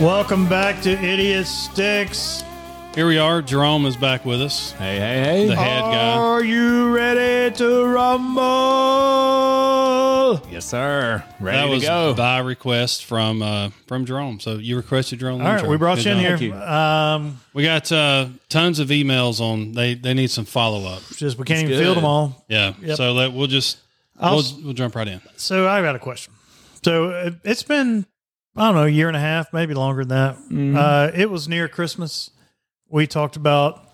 Welcome back to Idiot Sticks. Here we are. Jerome is back with us. Hey, hey, The hey. head guy. Are you ready to rumble? Yes, sir. Ready That to was go. by request from uh, from Jerome. So you requested Jerome. All right, we brought you in job. here. Thank Um, We got uh, tons of emails on. They they need some follow up. just we can't That's even field good. them all. Yeah. Yep. So let, we'll just I'll we'll, s- we'll jump right in. So I got a question. So uh, it's been I don't know a year and a half, maybe longer than that. Mm-hmm. Uh, it was near Christmas. We talked about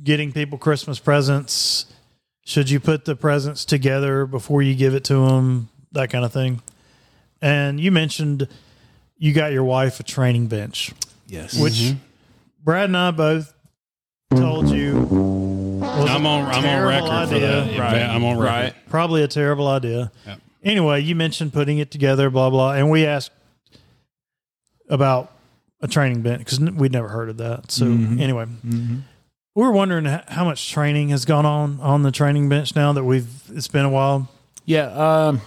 getting people Christmas presents. Should you put the presents together before you give it to them? That kind of thing. And you mentioned you got your wife a training bench, yes. which Brad and I both told you was I'm on I'm on terrible record for that. idea. Yeah, Right. I'm on record. Right. probably a terrible idea. Yeah. Anyway, you mentioned putting it together, blah blah, and we asked about a training bench because we'd never heard of that. So anyway, we were wondering h- how much training has gone on on the training bench now that we've. It's been a while. Yeah. Um,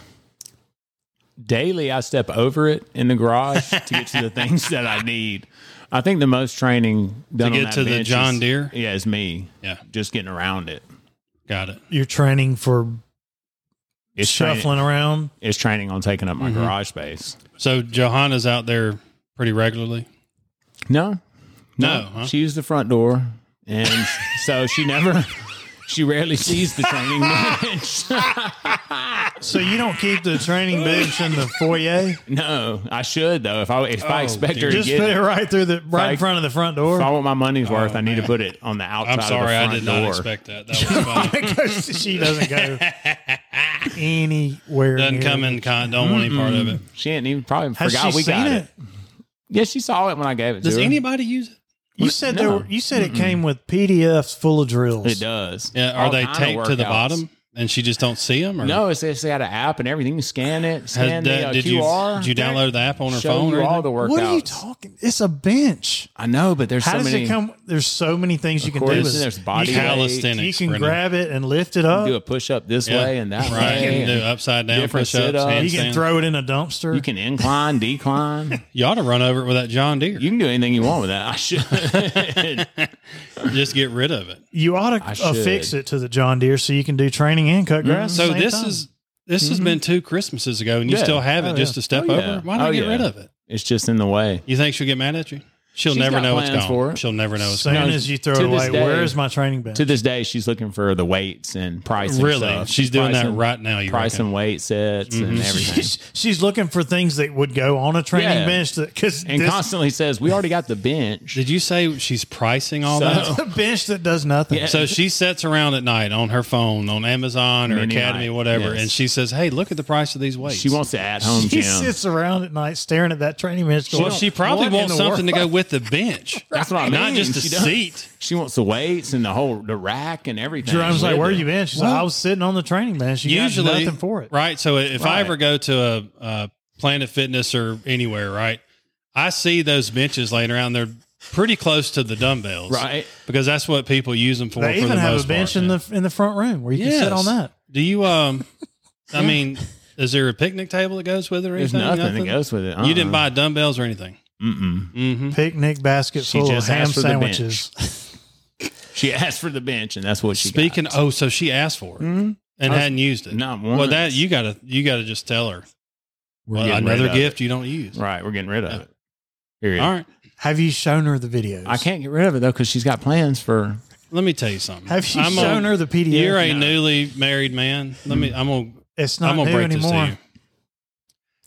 daily, I step over it in the garage to get to the things that I need. I think the most training done To on get that to the bench John is- Deere? Yeah, is me. Yeah. Just getting around it. Got it. You're training for It's shuffling Training, around. it's training on taking up my Mm-hmm. garage space. So Johanna's out there pretty regularly. No, No. huh? she used the front door, and so she never. She rarely sees the training bench. So you don't keep the training bench in the foyer. no, I should though. If I if I Oh, expect her dear. to Just get put it, it right through the right in Like- front of the front door. If I want my money's worth, I need to put it on the outside. Oh, I'm sorry, of I the did front not door. expect that. That was funny. she doesn't go anywhere. Doesn't near come in. Con- don't want any part of it. She ain't even probably Has forgot she we seen got it? it. Yeah, she saw it when I gave it Does to her. anybody use it? You said no. there were, you said it came with PDFs full of drills. it does. Yeah, are All they kind of taped to the workouts. bottom and she just don't see them? Or No, it's, it's got an app and everything. You scan it, Has scan that- the uh, did you QR. did you download the app on her show phone? you Or all anything? the workouts. What are you talking? It's a bench. I know, but there's How so does many. it come? There's so many things you can do. course, with it. there's body you can, Calisthenics. you can Brennan. grab it and lift it up. do a push up this Yeah, way and that right. way. You can do and upside down different push ups. sit-ups. you can throw it in a dumpster. You can incline, decline. You ought to run over it with that John Deere. You can do anything you want with that. I should. just get rid of it. You ought I to affix should. Mm-hmm. it to the John Deere so you can do training and cut grass. at So the same this time. is this has been two Christmases ago, and you Yeah. still have it Oh, just yeah. to step Oh, over. yeah. Why not Oh, get yeah. rid of it? it's just in the way. You think she'll get mad at you? She'll She's never got know it's plans gone. for it. She'll never know it's soon gone. No, as you throw it to this away. day- Where is my training bench? To this day, she's looking for the weights and price. and Really, stuff. she's doing that pricing- right now. You price reckon? Mm-hmm. and weight sets and everything. she's, she's looking for things that would go on a training Yeah. bench that because and this constantly says, "We already got the bench." Did you say she's pricing all So- that? a bench that does nothing. Yeah. So she sits around at night on her phone on Amazon or Mini Academy, night, whatever, yes. and she says, "Hey, look at the price of these weights." She wants the at-home She gym. sits around at night staring at that training bench. Going, Well, she probably "What in wants the something to world?" go with the bench. That's what I mean. Not just a She don't- seat. She wants the weights and the whole the rack and everything. Jerome's like, with "Where it. you been?" She's like, "I was sitting on the training bench. You Usually, got nothing for it." right? So if I ever go to a, a Planet Fitness or anywhere, right, I see those benches laying around. They're pretty close to the dumbbells, Right. Because that's what people use them for. They for even the have most a bench part. in the in the front room where you Yes. can sit on that. Do you? Um, I mean, is there a picnic table that goes with it or There's anything? nothing, that goes with it. You didn't buy Uh-uh. dumbbells or anything. Mm-mm. Mm-hmm. Picnic basket She full of just ham asked for the bench. sandwiches. She asked for the bench, and that's what she. Speaking, oh, so she asked for it mm and I was- hadn't used it. not one. Well, that you gotta you gotta just tell her well, another gift you don't use. Right, we're getting rid of it. Period. All right, Have you shown her the videos? I can't get rid of it though because she's got plans for. let me tell you something. Have you I'm shown gonna- her the PDF? You're a No. newly married man. Let me. I'm gonna. it's I'm not gonna new break this anymore. to you.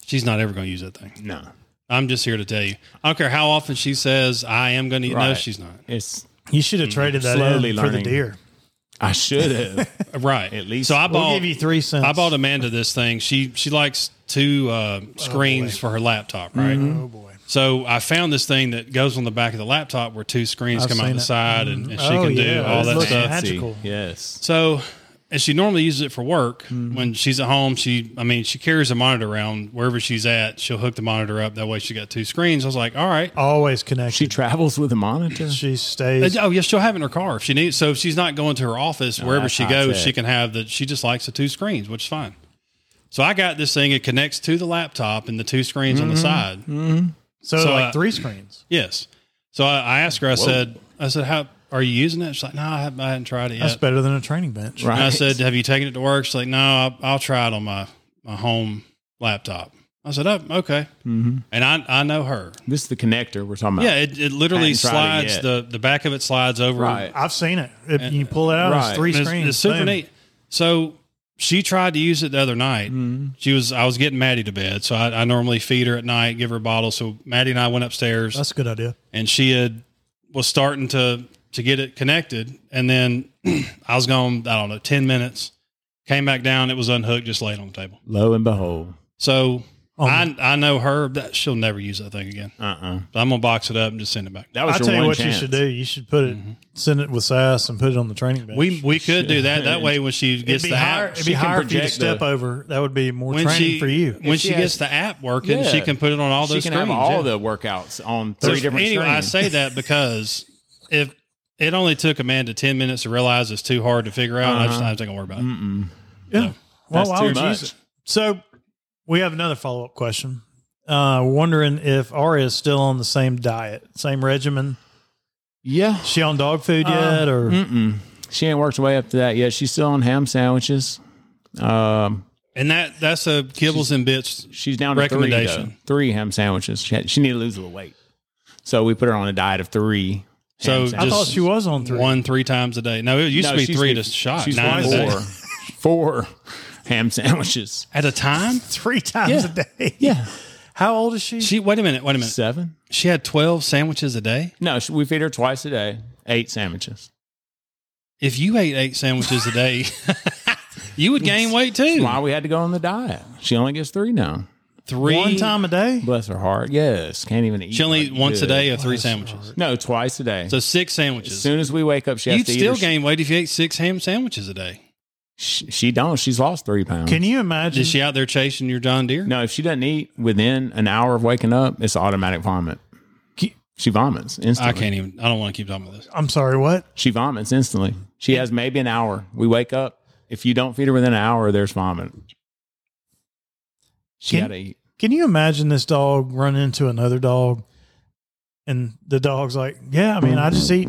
She's not ever gonna use that thing. No, I'm just here to tell you. I don't care how often she says I am gonna. No, Right. she's not. it's. You, should have traded that Slowly in for the learning. deer. I should have. Right. At least- So I We'll bought. give you three cents. I bought Amanda this thing. She she likes two uh, screens for her laptop, right? Oh boy. So I found this thing that goes on the back of the laptop where two screens I've come out seen the it. side and, and she Oh, can yeah. do all It that looks stuff. Magical. Yes. So, and she normally uses it for work. Mm-hmm. When she's at home, she, I mean, she carries a monitor around wherever she's at. She'll hook the monitor up. That way she got two screens. I was like, all right. Always She connected. travels with a monitor. She stays. Oh, yeah, she'll have it in her car if she needs. So if she's not going to her office, wherever Oh, that's she high goes, tech. she can have the, she just likes the two screens, which is Mm-hmm. fine. So I got this thing. It connects to the laptop and the two screens on the side. So, So, like uh, three screens. Yes. So I, I asked her. I said, I said, how are you using it? She's like, no, I haven't, I haven't tried it yet. That's better than a training bench. Right. And I said, have you taken it to work? She's like, no, I, I'll try it on my my home laptop. I said, oh, okay. Mm-hmm. And I I know her. This is the connector we're talking about. Yeah, it, it literally Hadn't tried it slides yet. the the back of it slides over. Right. I've seen it. If you pull it out, Right. it's three And It's, screens. it's super Boom. neat. So she tried to use it the other night. Mm-hmm. She was I was getting Maddie to bed, so I, I normally feed her at night, give her a bottle. So Maddie and I went upstairs, That's a good idea. and she had was starting to to get it connected, and then I was gone. I don't know, ten minutes. Came back down, it was unhooked, just laid on the table. Lo and behold. So Oh, I I know her that she'll never use that thing again. Uh uh So I'm gonna box it up and just send it back. That was I'll your tell you one what chance. you should do. You should put it, send it with SAS and put it on the training bench. Mm-hmm. We we could do that. That way, when she it'd gets be the higher, app, it'd be she can higher for you to project step the- over. That would be more when training she for you. when If she, she gets has- the app working, Yeah. she can put it on all She those can screens. have all yeah. the workouts on So three different anyway, I screens. say that because if it only took Amanda ten minutes to realize it's too hard to figure out, I just I think I'll worry about it. Uh-huh. Mm-mm. Yeah. Well, That's why too would you much. use it? So we have another follow up question. Uh, wondering if Aria is still on the same diet, same regimen. Yeah. She on dog Um, food yet, or mm, Mm-mm. She ain't worked her way up to that yet. She's still on ham sandwiches. Um, And that that's a kibbles and bits. she's down to three, though. Recommendation. three ham sandwiches. She, had, she needed to lose a little weight. So we put her on a diet of three. So ham just I thought sandwiches. she was on three. One three times a day. No, it used No, to be she's three been- to shot. she's nine a day. four, four ham sandwiches. at a time. three times Yeah. a day. Yeah. How old is she? She wait a minute, wait a minute. Seven? She had twelve sandwiches a day. No, she, we feed her twice a day, eight sandwiches. If you ate eight sandwiches a day, you would gain weight too. Why we had to go on the diet. She only gets three now. Three One time a day. Bless her heart. Yes. Can't even eat. She only like eat once a good. day of three sandwiches. No, twice a day. So six as sandwiches. soon as we wake up, she has You'd to eat. still her- gain weight if you ate six ham sandwiches a day. She, she don't. She's lost three pounds. Can you imagine? Is she out there chasing your John Deere? No, if she doesn't eat within an hour of waking up, it's automatic vomit. She vomits instantly. I can't even. I don't want to keep talking about this. I'm sorry. What? She vomits instantly. She has maybe an hour. We wake up. If you don't feed her within an hour, there's vomit. She Can- got to eat. Can you imagine this dog run into another dog? And the dog's like, yeah, I mean, I just eat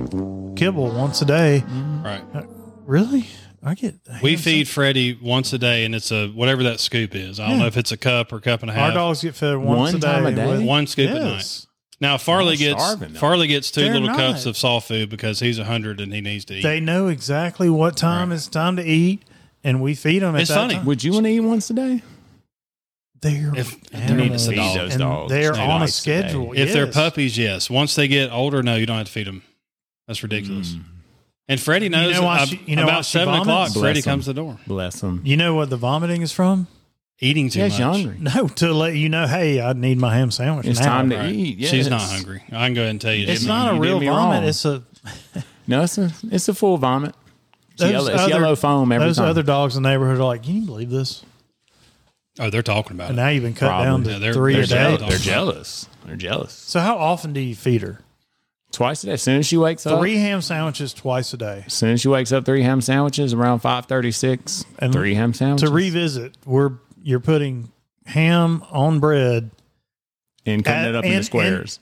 kibble once a day. Right. Really? I get. We ham- feed Freddie once a day, and it's a whatever that scoop is. I don't Yeah. know if it's a cup or cup and a Our half. dogs get fed once One a day. time a day? with- one scoop a night. Yes. Now Farley They're gets starving, though. Farley gets 2 They're little not. cups of soft food because he's hundred and he needs to eat. They know exactly what time it's time to eat, and we feed them. At It's that funny. time. Would you want to eat once a day? They're If- if they're need to animals, feed those and dogs, They're they on a like to today. schedule. if they're yes. puppies, yes. Once they get older, no, you don't have to feed them. That's ridiculous. And Freddie knows. Mm. know why ab- she- you know why about she seven vomits? o'clock, Bless Freddie him. comes to the door Bless them. you know what the vomiting is from? eating too Yeah, much. she's hungry. No, to let you know, hey, I need my ham sandwich. It's now. time to Right. eat. Yes. She's not hungry. I can go ahead and tell you. It's that. not you a did real me vomit. wrong. It's a No, it's a it's a full vomit. It's, Those yellow, it's other- yellow foam every those time. other dogs in the neighborhood are like, can you believe this? Oh, they're talking about And it. now you've been cut Probably. down to Yeah, they're- three they're a day. jealous. they're jealous. They're jealous. So how often do you feed her? Twice a day. As soon as she wakes up. Three ham sandwiches twice a day. As soon as she wakes up, three ham sandwiches around five thirty-six. And Three ham sandwiches To revisit, we're you're putting ham on bread and cutting at- it up and- into and- squares,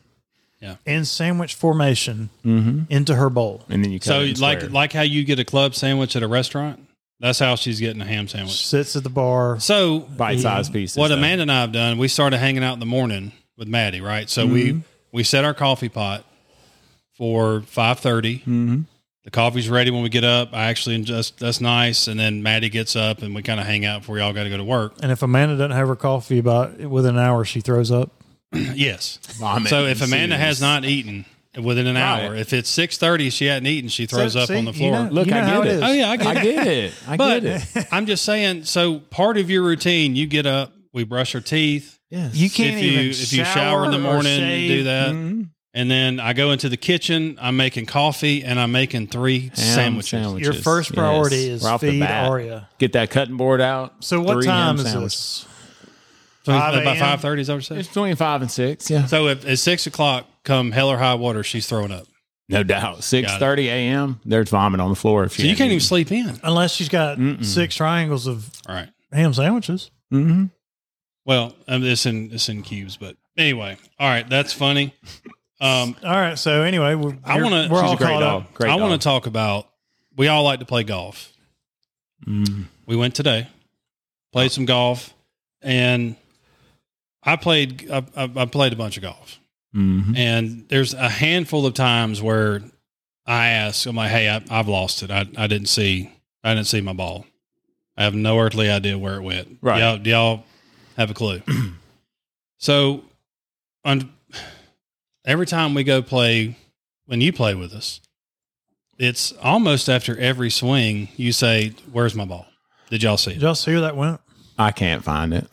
in sandwich formation Mm-hmm. into her bowl. and, then you cut So, it in like squares. like how you get a club sandwich at a restaurant, that's how she's getting a ham sandwich. Sits at the bar. So, bite-sized pieces. what though. Amanda and I have done, we started hanging out in the morning with Maddie, right? So Mm-hmm. we we set our coffee pot for five Mm-hmm. The coffee's ready when we get up. I actually just that's nice, and then Maddie gets up and we kind of hang out before we all got to go to work. And if Amanda doesn't have her coffee about within an hour, she throws up. yes. Vomit So if Amanda ensues. has not eaten within an Right. hour, if it's six thirty, she hadn't eaten, she throws So, up see, on the you floor. know- look, you know I how get it it. is. Oh, yeah, I get I it. get it. I But get it. I'm just saying. So part of your routine, you get up, we brush our teeth. Yes. You can't if you even if you shower in the or morning, shave. Mm-hmm. you do that, Mhm. and then I go into the kitchen. I'm making coffee and I'm making three Ham sandwiches. sandwiches. Your first priority Yes. is Right off the feed bat. Aria. Get that cutting board out. So what Three ham time is sandwiches. this? So 5 about a.m.? five thirty is that what you It's said? between five and six. Yeah, So if at six o'clock, come hell or high water, she's throwing up. no doubt. Six thirty a.m. There's vomit on the floor. If So you hadn't can't even eaten. sleep in. Unless she's got six triangles of All right. ham sandwiches. Mhm. Well, um, it's in it's in cubes, but Anyway, all right, that's funny. Um, All right. So anyway, we're, I want to. we're all a great caught dog. up. Great I want dog. to talk about. We all like to play golf. mm-hmm. Mm. We went today, played some golf, and I played. I, I, I played a bunch of golf, Mhm. and there's a handful of times where I ask, "I'm like, hey, I, I've lost it. I, I didn't see. I didn't see my ball. I have no earthly idea where it went. Right. Y'all, do y'all have a clue? so, on, every time we go play, when you play with us, it's almost after every swing you say, "Where's my ball? Did y'all see Did it? y'all see where that went? I can't find it.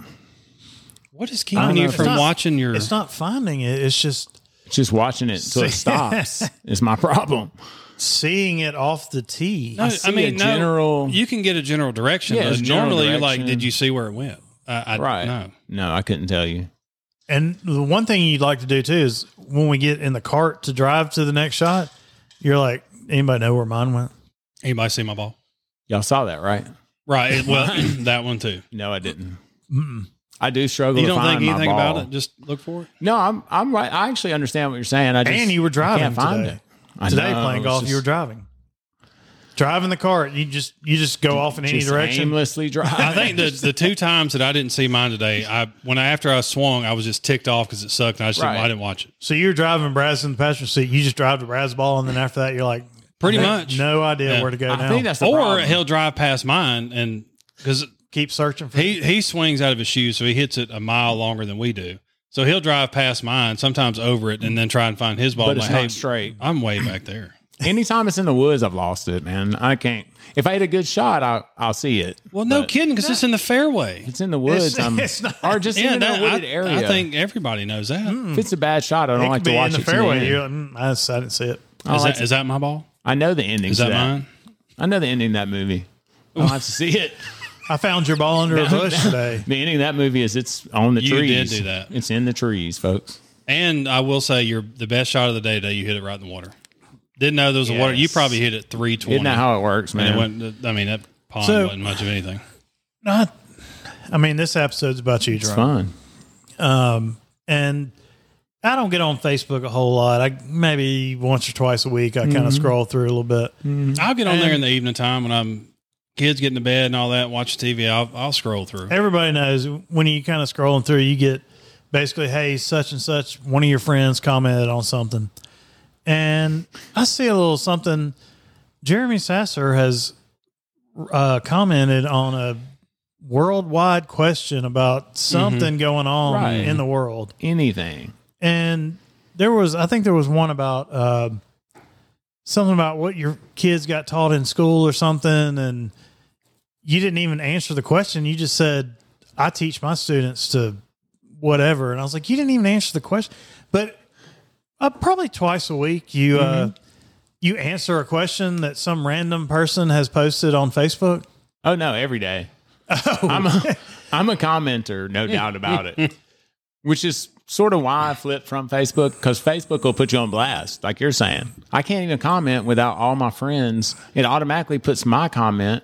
What is I keeping don't you know. from It's not- watching your? It's not finding it. It's just Just watching it until it stops is my problem. seeing it off the tee. No, see a general- You can get a general direction, Yeah, but it's a general normally you're like, direction. "Did you see where it went?" I, I Right. No. No, I couldn't tell you. And the one thing you'd like to do too is when we get in the cart to drive to the next shot, you're like, anybody know where mine went? Anybody see my ball? Y'all saw that, right? Right. it- Well, that one too. No, I didn't. I do struggle. You to don't find think my anything about ball. it? Just look for it. No, I'm I'm right. I actually understand what you're saying. I just And you were I driving can't find today. it. I Today know, playing it's golf, you were just- driving. Driving the cart, you just you just go off in any just direction. aimlessly driving. I think the the two times that I didn't see mine today, I when I after I swung, I was just ticked off because it sucked, and I just didn't, Right. I didn't watch it. So you're driving Brad's in the passenger seat. You just drive the Brad's ball, and then after that, you're like, Pretty no- much. no idea Yeah. where to go I now. think that's the or problem. he'll drive past mine, and because Keep searching for. he he swings out of his shoes, so he hits it a mile longer than we do. So he'll drive past mine, sometimes over it, and then try and find his ball. but I'm it's like, not "Hey, straight. I'm way back there. Anytime it's in the woods, I've lost it, man. I can't. If I hit a good shot, I I'll see it. Well, no But kidding, because it's in the fairway. If it's in the woods, I'm it's not- or just Yeah, even in that, a wooded I, area. I think everybody knows that. Is if it's a bad shot, I don't it like could to be watch in the it to the fairway. end. You're like, mm, I, just- I didn't see it. I don't like that, to- is that my ball? I know the ending. Is to that mine? I know the ending of that movie. I don't have to see it. I found your ball under a bush today. The ending of that movie is it's on the You did trees. do that. It's in the trees, folks. And I will say, your the best shot of the day today. You hit it right in the water. Didn't know there was a water. You Yes. probably hit it three twenty. Isn't that how it works, man? And it went. I mean, that pond So- wasn't much of anything. Not. I mean, this episode's about you, it's driving. fun. and I don't get on Facebook a whole lot. I maybe once or twice a week. I Mm-hmm. kind of scroll through a little bit. I'll get on there in the evening time when I'm kids getting to bed and all that, watch TV. I'll I'll scroll through. Everybody knows when you kind of scrolling through, you get basically, hey, such and such, one of your friends commented on something, and I see a little something. Jeremy Sasser has uh, commented on a worldwide question about something going on Right. in the world. Anything. and there was I think there was one about uh, something about what your kids got taught in school or something, and you didn't even answer the question. You just said, "I teach my students to whatever," and I was like, "You didn't even answer the question." But uh, probably twice a week, you uh, you answer a question that some random person has posted on Facebook. Oh no, every day. Oh. I'm a I'm a commenter, no doubt about it. Which is sort of why I flipped from Facebook because Facebook will put you on blast, like you're saying. I can't even comment without all my friends. It automatically puts my comment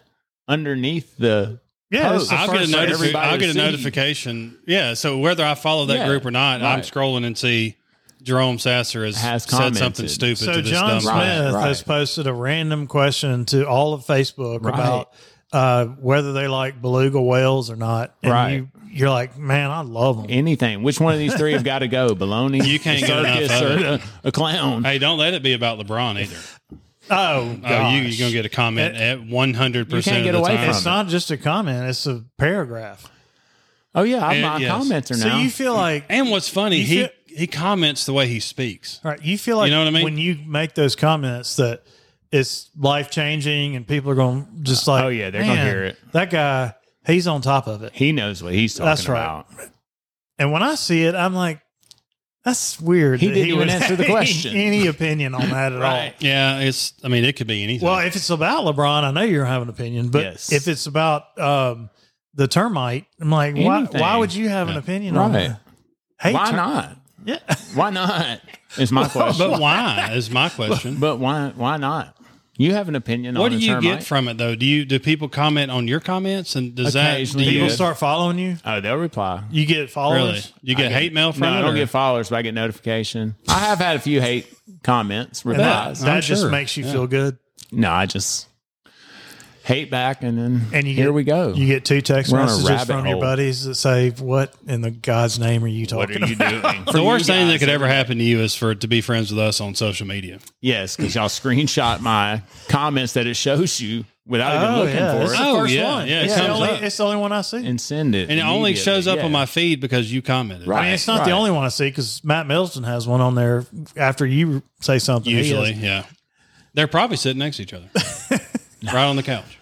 underneath the Yeah, Oh, it's the I'll get, a first for notifi- everybody I'll to get a see. notification. Yeah. So whether I follow that Yeah, group or not, I'm right. scrolling and see Jerome Sasser has, Has said something commented. stupid So to this John dumb Smith guy. Right, right. has posted a random question to all of Facebook Right. about uh, whether they like beluga whales or not. And Right. You, you're like, man, I love them. anything. Which one of these three have got to go? Baloney, You can't a get enough circus, of or a, a clown. Hey, don't let it be about LeBron either. oh, Oh, you, gosh. you're gonna get a comment at 100 You percent can't of get the away time. from it's not just a comment; it's a paragraph. Oh yeah, I'm And- a yes. commenter So now. you feel like, And what's funny, You he feel- he comments the way he speaks. all right, you feel like know what I mean? when you make those comments that it's life changing, and people are going to just like, Oh, yeah, they're gonna "Man, hear it." That guy, he's on top of it. he knows what he's talking That's right. about. And when I see it, I'm like, that's weird. He that didn't even would answer the have question. Any opinion on that at Right. Yeah, it's. I mean, it could be anything. all? Well, if it's about LeBron, I know you don't have an opinion, but Yes. if it's about um, the termite, I'm like, why, Anything. why would you have an Yeah. opinion on Right? that? Hey, Why ter- not? Yeah. Why not? Is my question. but why is my question? But why why not? You have an opinion What do on the you termite? get from it though? Do you do people comment on your comments and does that do Occasionally, you, People Yeah. start following you. oh, they'll reply. You get really? followers. You get hate mail from No, it? I don't or- get followers, but I get notification. I have had a few hate comments, replies. That I'm just sure. makes you feel good. no, I just hate back, and then And you here get, we go. You get two text We're on a messages rabbit from your hole. buddies that say, "What in the God's name are you what talking are you about?" doing? the worst thing that could ever happen to you is for to be friends with us on social media. Yes, because y'all screenshot my comments that it shows you without even Oh, looking yeah. for That's it, the Oh, first yeah. one. Yeah, it it's, the comes only, up. it's the only one I see. and send it. And it only shows up immediately. on Yeah. my feed because you commented. Right. I mean, it's not the only one I see because Matt Middleton has one on there after you say something. He Usually, has- yeah. They're probably sitting next to each other. right on the couch.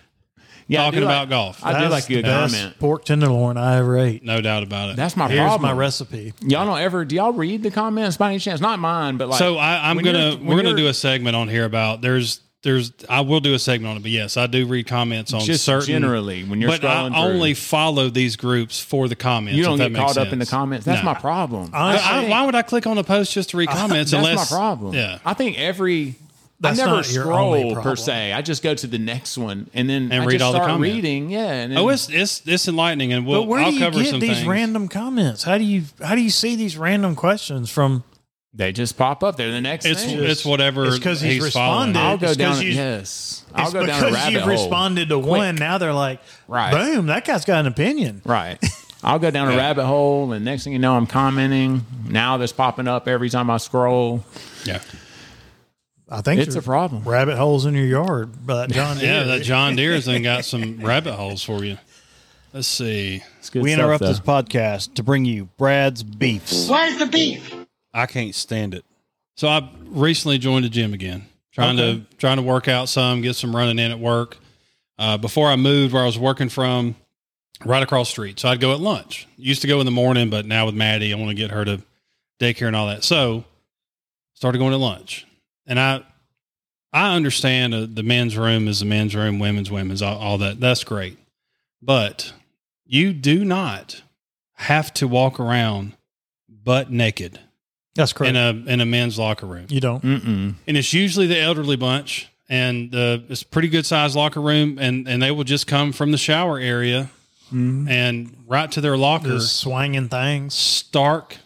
Yeah, I talking do like- about golf. I do that's like the your best comment. Pork tenderloin I ever ate. No doubt about it. That's my Here's problem. my recipe. Y'all don't ever do y'all read the comments by any chance? Not mine, but like so I, I'm when gonna you're- when we're gonna you're- do a segment on here about there's there's I will do a segment on it, but yes, I do read comments on Just certain generally, when you're but I scrolling through. only follow these groups for the comments. you if don't that get makes caught up in the sense. comments. That's No. my problem. I- Honestly, I- why would I click on a post just to read comments? That's unless my problem. Yeah, I think every That's I never not your only scroll per problem. se. I just go to the next one and then And I read just all the start comments. reading. Yeah. And then, oh, it's it's it's enlightening, and we'll but where I'll do you cover get some these things. random comments? How do you how do you see these random questions from? they just pop up. They're the next it's thing. it's whatever It's 'cause he's following. responded. I'll go it's 'cause down. you- yes. I'll it's go down a because rabbit you've hole. responded to one. Now they're like, Right. boom, that guy's got an opinion. Right. I'll go down a rabbit hole, and next thing you know, I'm commenting. Now that's popping up every time I scroll. Yeah, I think It's a there's problem. Rabbit holes in your yard, but John. Deere. yeah. That John Deere's then got some rabbit holes for you. Let's see. It's good We stuff, interrupt though. this podcast to bring you Brad's Beefs. Where's the beef? I can't stand it. So I recently joined a gym again, trying to trying to work out some, get some running in at work. Uh, before I moved, where I was working from, right across the street, so I'd go at lunch. Used to go in the morning, but now with Maddie, I want to get her to daycare and all that. So started going to lunch, and I I understand uh, the men's room is the men's room, women's women's, all, all that. That's great, but you do not have to walk around butt naked That's in correct. a in a men's locker room, you don't. Mm-mm. and it's usually the elderly bunch, and the it's a pretty good sized locker room, and and they will just come from the shower area Mm-hmm. and right to their locker, Just swinging things. stark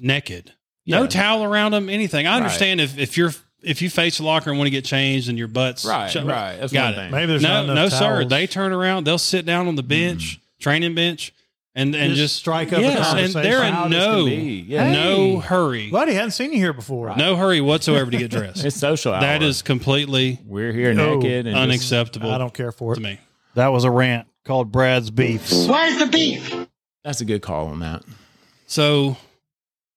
naked, no Yeah. towel around them, anything. I Right. understand if if you're if you face a locker and want to get changed and your butts Right, sho- right. That's got one it. thing. Maybe there's No, not enough no, sir. towels. They turn around, they'll sit down on the bench, training bench, and and Just just, strike up a Yes, and conversation. they're Proud in as can no be. Yeah. no hurry. Buddy hadn't seen you here before. No hurry whatsoever to get dressed. It's social. Hour. That is completely We're here No. naked and just- unacceptable I don't care for to it. me. That was a rant called Brad's Beefs. Where's the beef? That's a good call on that. So,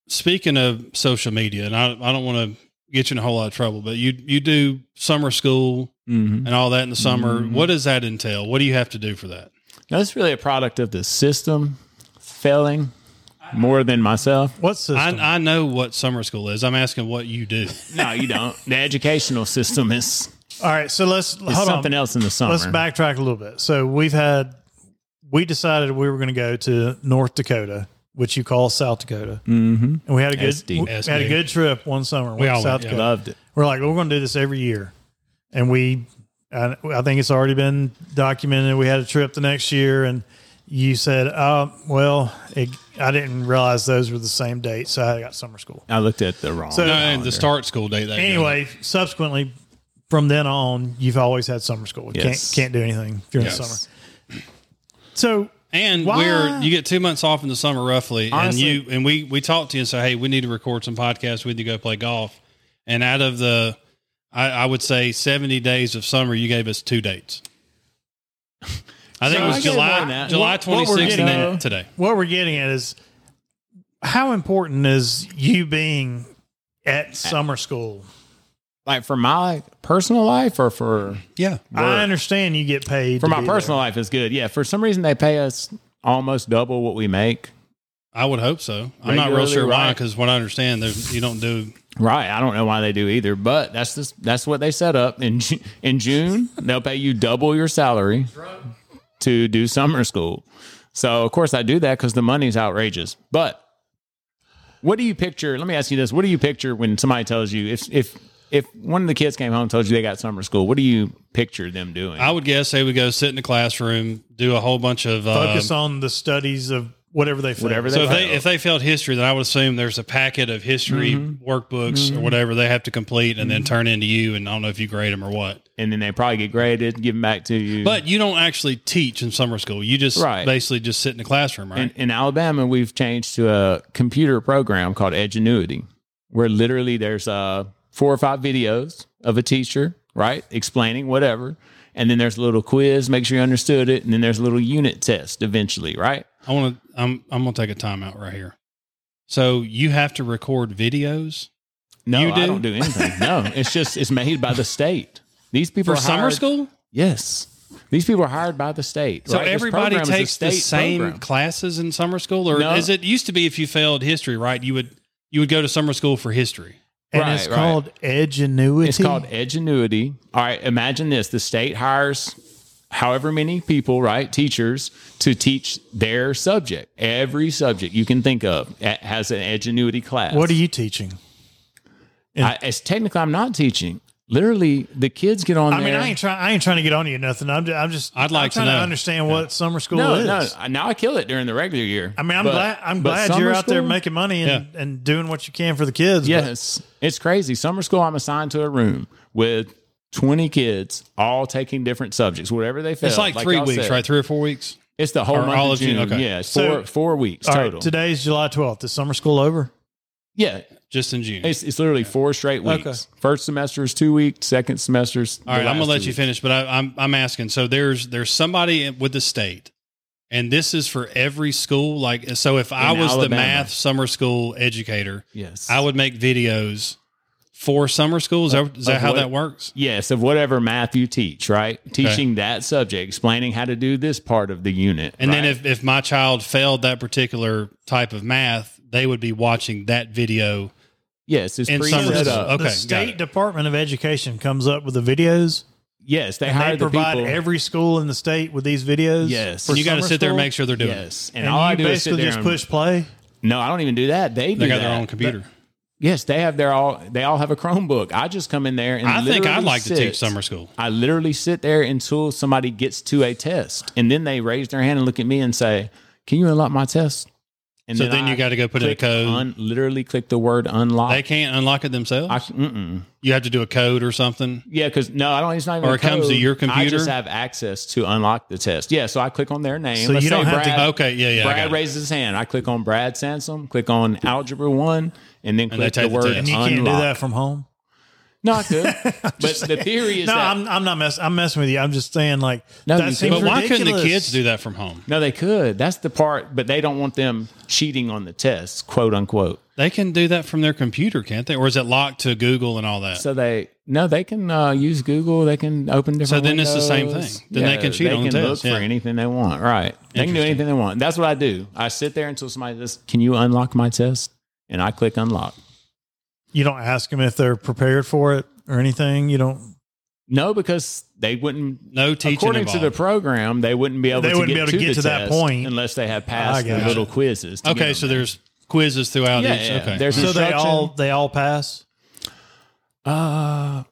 speaking of social media, and I, I don't want to get you in a whole lot of trouble, but you you do summer school Mm-hmm. and all that in the summer. Mm-hmm. Mhm. What does that entail? What do you have to do for that? That's really a product of the system failing more than myself. What system? I, I know what summer school is. I'm asking what you do. No, you don't. the educational system is, All right, so let's is hold something on. else in the summer. Let's backtrack a little bit. So we've had we decided we were going to go to North Dakota, which you call South Dakota, Mm-hmm. and we had a good SD. we had a good trip one summer. We all South went, yeah. Dakota. Loved it. We're like we're going to do this every year, and we I, I think it's already been documented. We had a trip the next year, and you said, "Oh, well, it, I didn't realize those were the same date, so I got summer school." I looked at the wrong. So- No, No, and the start school date. That anyway, subsequently, from then on, you've always had summer school. You Yes. Can't can't do anything during the Yes. summer. So and Why? where you get two months off in the summer roughly, Honestly- and you and we we talked to you and say, hey, we need to record some podcasts. We need to go play golf. And out of the, I, I would say seventy days of summer, you gave us two dates. I think it So I was get more than July that. July What- what twenty we're sixth and getting- then today. what we're getting at is how important is you being at summer school? like for my personal life or for Yeah, I understand you get paid for to my be there. personal life is good. Yeah, for some reason they pay us almost double what we make. I would hope so. I'm not real Regularly, sure why, right. because what I understand, there's you don't do. Right. I don't know why they do either, but that's this, that's what they set up in Ju- in June. they'll pay you double your salary to do summer school. So of course I do that because the money's outrageous. But what do you picture? Let me ask you this: What do you picture when somebody tells you if if if one of the kids came home and told you they got summer school, what do you picture them doing? I would guess they would go sit in the classroom, do a whole bunch of uh, Focus on the studies of whatever they feel. Whatever they So if fail. they if they failed history, then I would assume there's a packet of history Mm-hmm. workbooks or whatever they have to complete and then turn into you. And I don't know if you grade them or what. and then they probably get graded, give them back to you. But you don't actually teach in summer school. You just Right. basically just sit in the classroom, right? in, in Alabama, we've changed to a computer program called Edgenuity, where literally there's uh, four or five videos of a teacher, right, explaining whatever. And then there's a little quiz, make sure you understood it. And then there's a little unit test eventually, right? I want to. I'm I'm gonna take a timeout right here. So you have to record videos No, You do? I don't do anything. No, it's just, it's made by the state. These people for are summer hired- school. Yes. These people are hired by the state. So right? This everybody program is a takes the state same program. classes in summer school, or No. is it used to be if you failed history, right? You would you would go to summer school for history. and Right, it's right. called edgenuity. It's called edgenuity. All right, imagine this: the state hires however many people, right, teachers to teach their subject. Every subject you can think of a- has an edgenuity class. What are you teaching? I, it's technically, I'm not teaching. Literally, the kids get on I there. mean, I ain't trying. I ain't trying to get on you nothing. I'm just. I'm just I'd like I'm to trying to, know. understand what summer school no, is. no, I- now I kill it during the regular year. I mean, I'm But- glad. I'm but glad you're summer out there school- making money and, and doing what you can for the kids. but Yes, it's crazy. Summer school, I'm assigned to a room with 20 kids, all taking different subjects, whatever they feel. It's like, three y'all weeks, said. right? Three or four weeks. It's the whole Or month all of of June. June, okay. Yeah, it's So- four four weeks All right, total. today's July 12th. Is summer school over? yeah, Just in June. it's, it's literally four straight weeks. First semester is two weeks. Second semester is All right, I'm gonna let you finish, but I, I'm I'm asking. So there's there's somebody with the state, and this is for every school. Like so, if I In was the Alabama. math summer school educator, Yes, I would make videos for summer schools. Is that, is that of how what? that works? Yes, of whatever math you teach, right? Teaching that subject, explaining how to do this part of the unit, And then right? if if my child failed that particular type of math, they would be watching that video. yes, it's in summer pre-set school- up. Okay, the got State it. Department of Education comes up with the videos. Yes, they And hire they the provide people. every school in the state with these videos. Yes. for And you got to summer sit there and school? make sure they're doing. it. yes, and, And, all you I do is sit basically there just and- push play. No, I don't even do that. They do They got that. their own computer. Yes, they have their all. They all have a Chromebook. I just come in there and I think I'd literally like to sit- teach summer school. I literally sit there until somebody gets to a test, and then they raise their hand and look at me and say, "Can you unlock my test?" And So then you I gotta go put in a click code. un- literally click the word unlock. They can't unlock it themselves. I- mm-mm. you have to do a code or something. yeah, because no, I don't. It's not even. Or a it comes to code. your I computer? just have access to unlock the test. Yeah, so I click on their name. So Let's you don't say have to- Brad, Okay, yeah, yeah. I got Brad it. raises his hand. I click on Brad Sansom. Click on Algebra One, and then And click they the take the word test. And you can't do unlock. that from home. No, I could. but the theory is No, that I'm, I'm not messing. I'm messing with you. I'm just saying, like, No, that you seems But can't. why couldn't the ridiculous. kids do that from home? no, they could. That's the part, but they don't want them cheating on the test, quote unquote. They can do that from their computer, can't they? Or is it locked to Google and all that? So they no, they can uh, use Google. They can open different. then it's the same windows. thing. Then they can cheat they on the can test, look yeah. for anything they want. Right? They can do Interesting. anything they want. That's what I do. I sit there until somebody says, "Can you unlock my test?" And I click unlock. You don't ask them if they're prepared for it or anything. You don't. No, because they wouldn't. no teaching According involved. to the program, they wouldn't be able. They to wouldn't get be able to to, get the to that test point. unless they had I passed the gotcha. little quizzes. to get okay, them so there. there's quizzes throughout Yeah, each. yeah. Okay, There's- So they Instruction. all they all pass. Uh,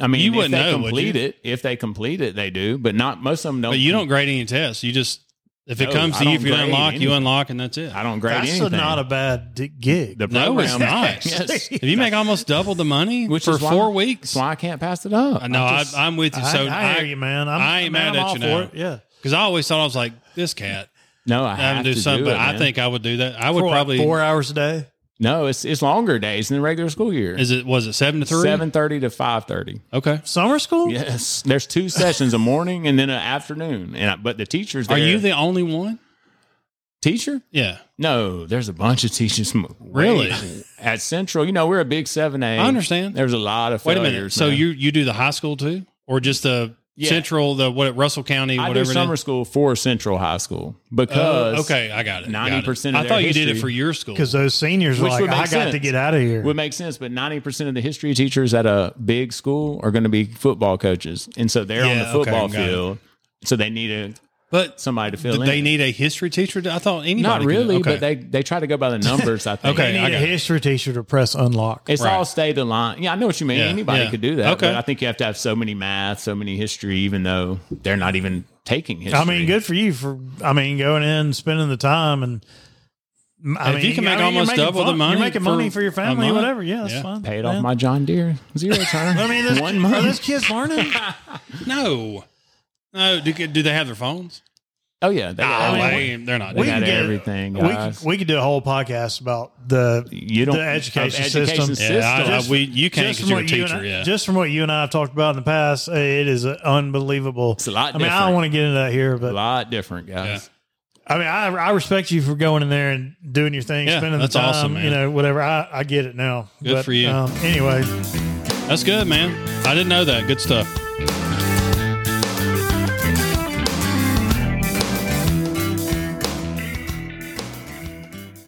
I mean, You if wouldn't they know, would complete you? it. If they complete it, they do, but not most of them don't. but you don't grade any tests. You just if it No, comes I to you, don't if you grade unlock, you anything. unlock, and that's it. I don't grade That's a- anything. not a bad d- gig. the No, it's program, not. yes, If you make almost double the money Which for is why- four weeks, that's why I can't pass it up. I know I'm I, just- I'm with you. I, So I hear you, man. I'm, I ain't man, mad at I'm you all now. for it. Yeah. because I always thought I was like this cat. no, I I have have to do something. Do it, but I man. think I would do that. I would For what, probably. four hours a day. no. It's it's longer days than the regular school year. Is it was it seven to three? Seven thirty to five thirty. Okay. Summer school. Yes, there's two sessions: a morning and then an afternoon. And I, but the teachers, Are there- you the only one? teacher? Yeah, No, there's a bunch of teachers. m- way- Really? At Central, you know, we're a big 7 A. I understand. There's a lot of Wait a failures. minute. So man. you you do the high school too, or just the Yeah. central, the what Russell County, I do whatever. it summer is? school for Central High School because Oh, okay, I got it. got it. 90% of I their thought you did it history- for your school. Because those seniors were Which like, would make I got to sense. get out of here. would make sense. But ninety percent of the history teachers at a big school are going to be football coaches, and so they're on Yeah, the football okay, got it. field. So they need a But somebody to fill did in. they need a history teacher? I thought anybody. Not could- really, okay. but they they try to go by the numbers. I think. Okay, You I need a got it. history teacher to press unlock. It's Right. all state of line. Yeah, I know what you mean. Yeah, Anybody yeah. could do that. Okay. But I think you have to have so many math, so many history, even though they're not even taking history. I mean, good for you for. I mean, going in, spending the time, and I If mean, you can I make mean, you're almost making double the fun- money You're making for money for your a family, month. whatever. Yeah, that's Yeah. fine. Paid Yeah. off my John Deere zero time. I mean, this, one Are month. this kid's learning. No, no. Do, do they have their phones? oh yeah, they, Oh, mean, I mean, lame. they're not. they we doing got can get- everything. we could, guys. we could do a whole podcast about the you don't the education of system. that. yeah, I- I- Just- we, you can't just because from you're a what you teacher. and I- yeah, Just from what you and I have talked about in the past, uh, it is uh, unbelievable. It's a lot I mean, I different. don't want to get into that here, a but lot different, guys. I mean, I, I respect you for going in there and doing your thing, Yeah, spending that's the time, awesome, man. you know, whatever. I, I get it now. um, Good for you. anyway, that's good, man. I didn't know that. Good stuff.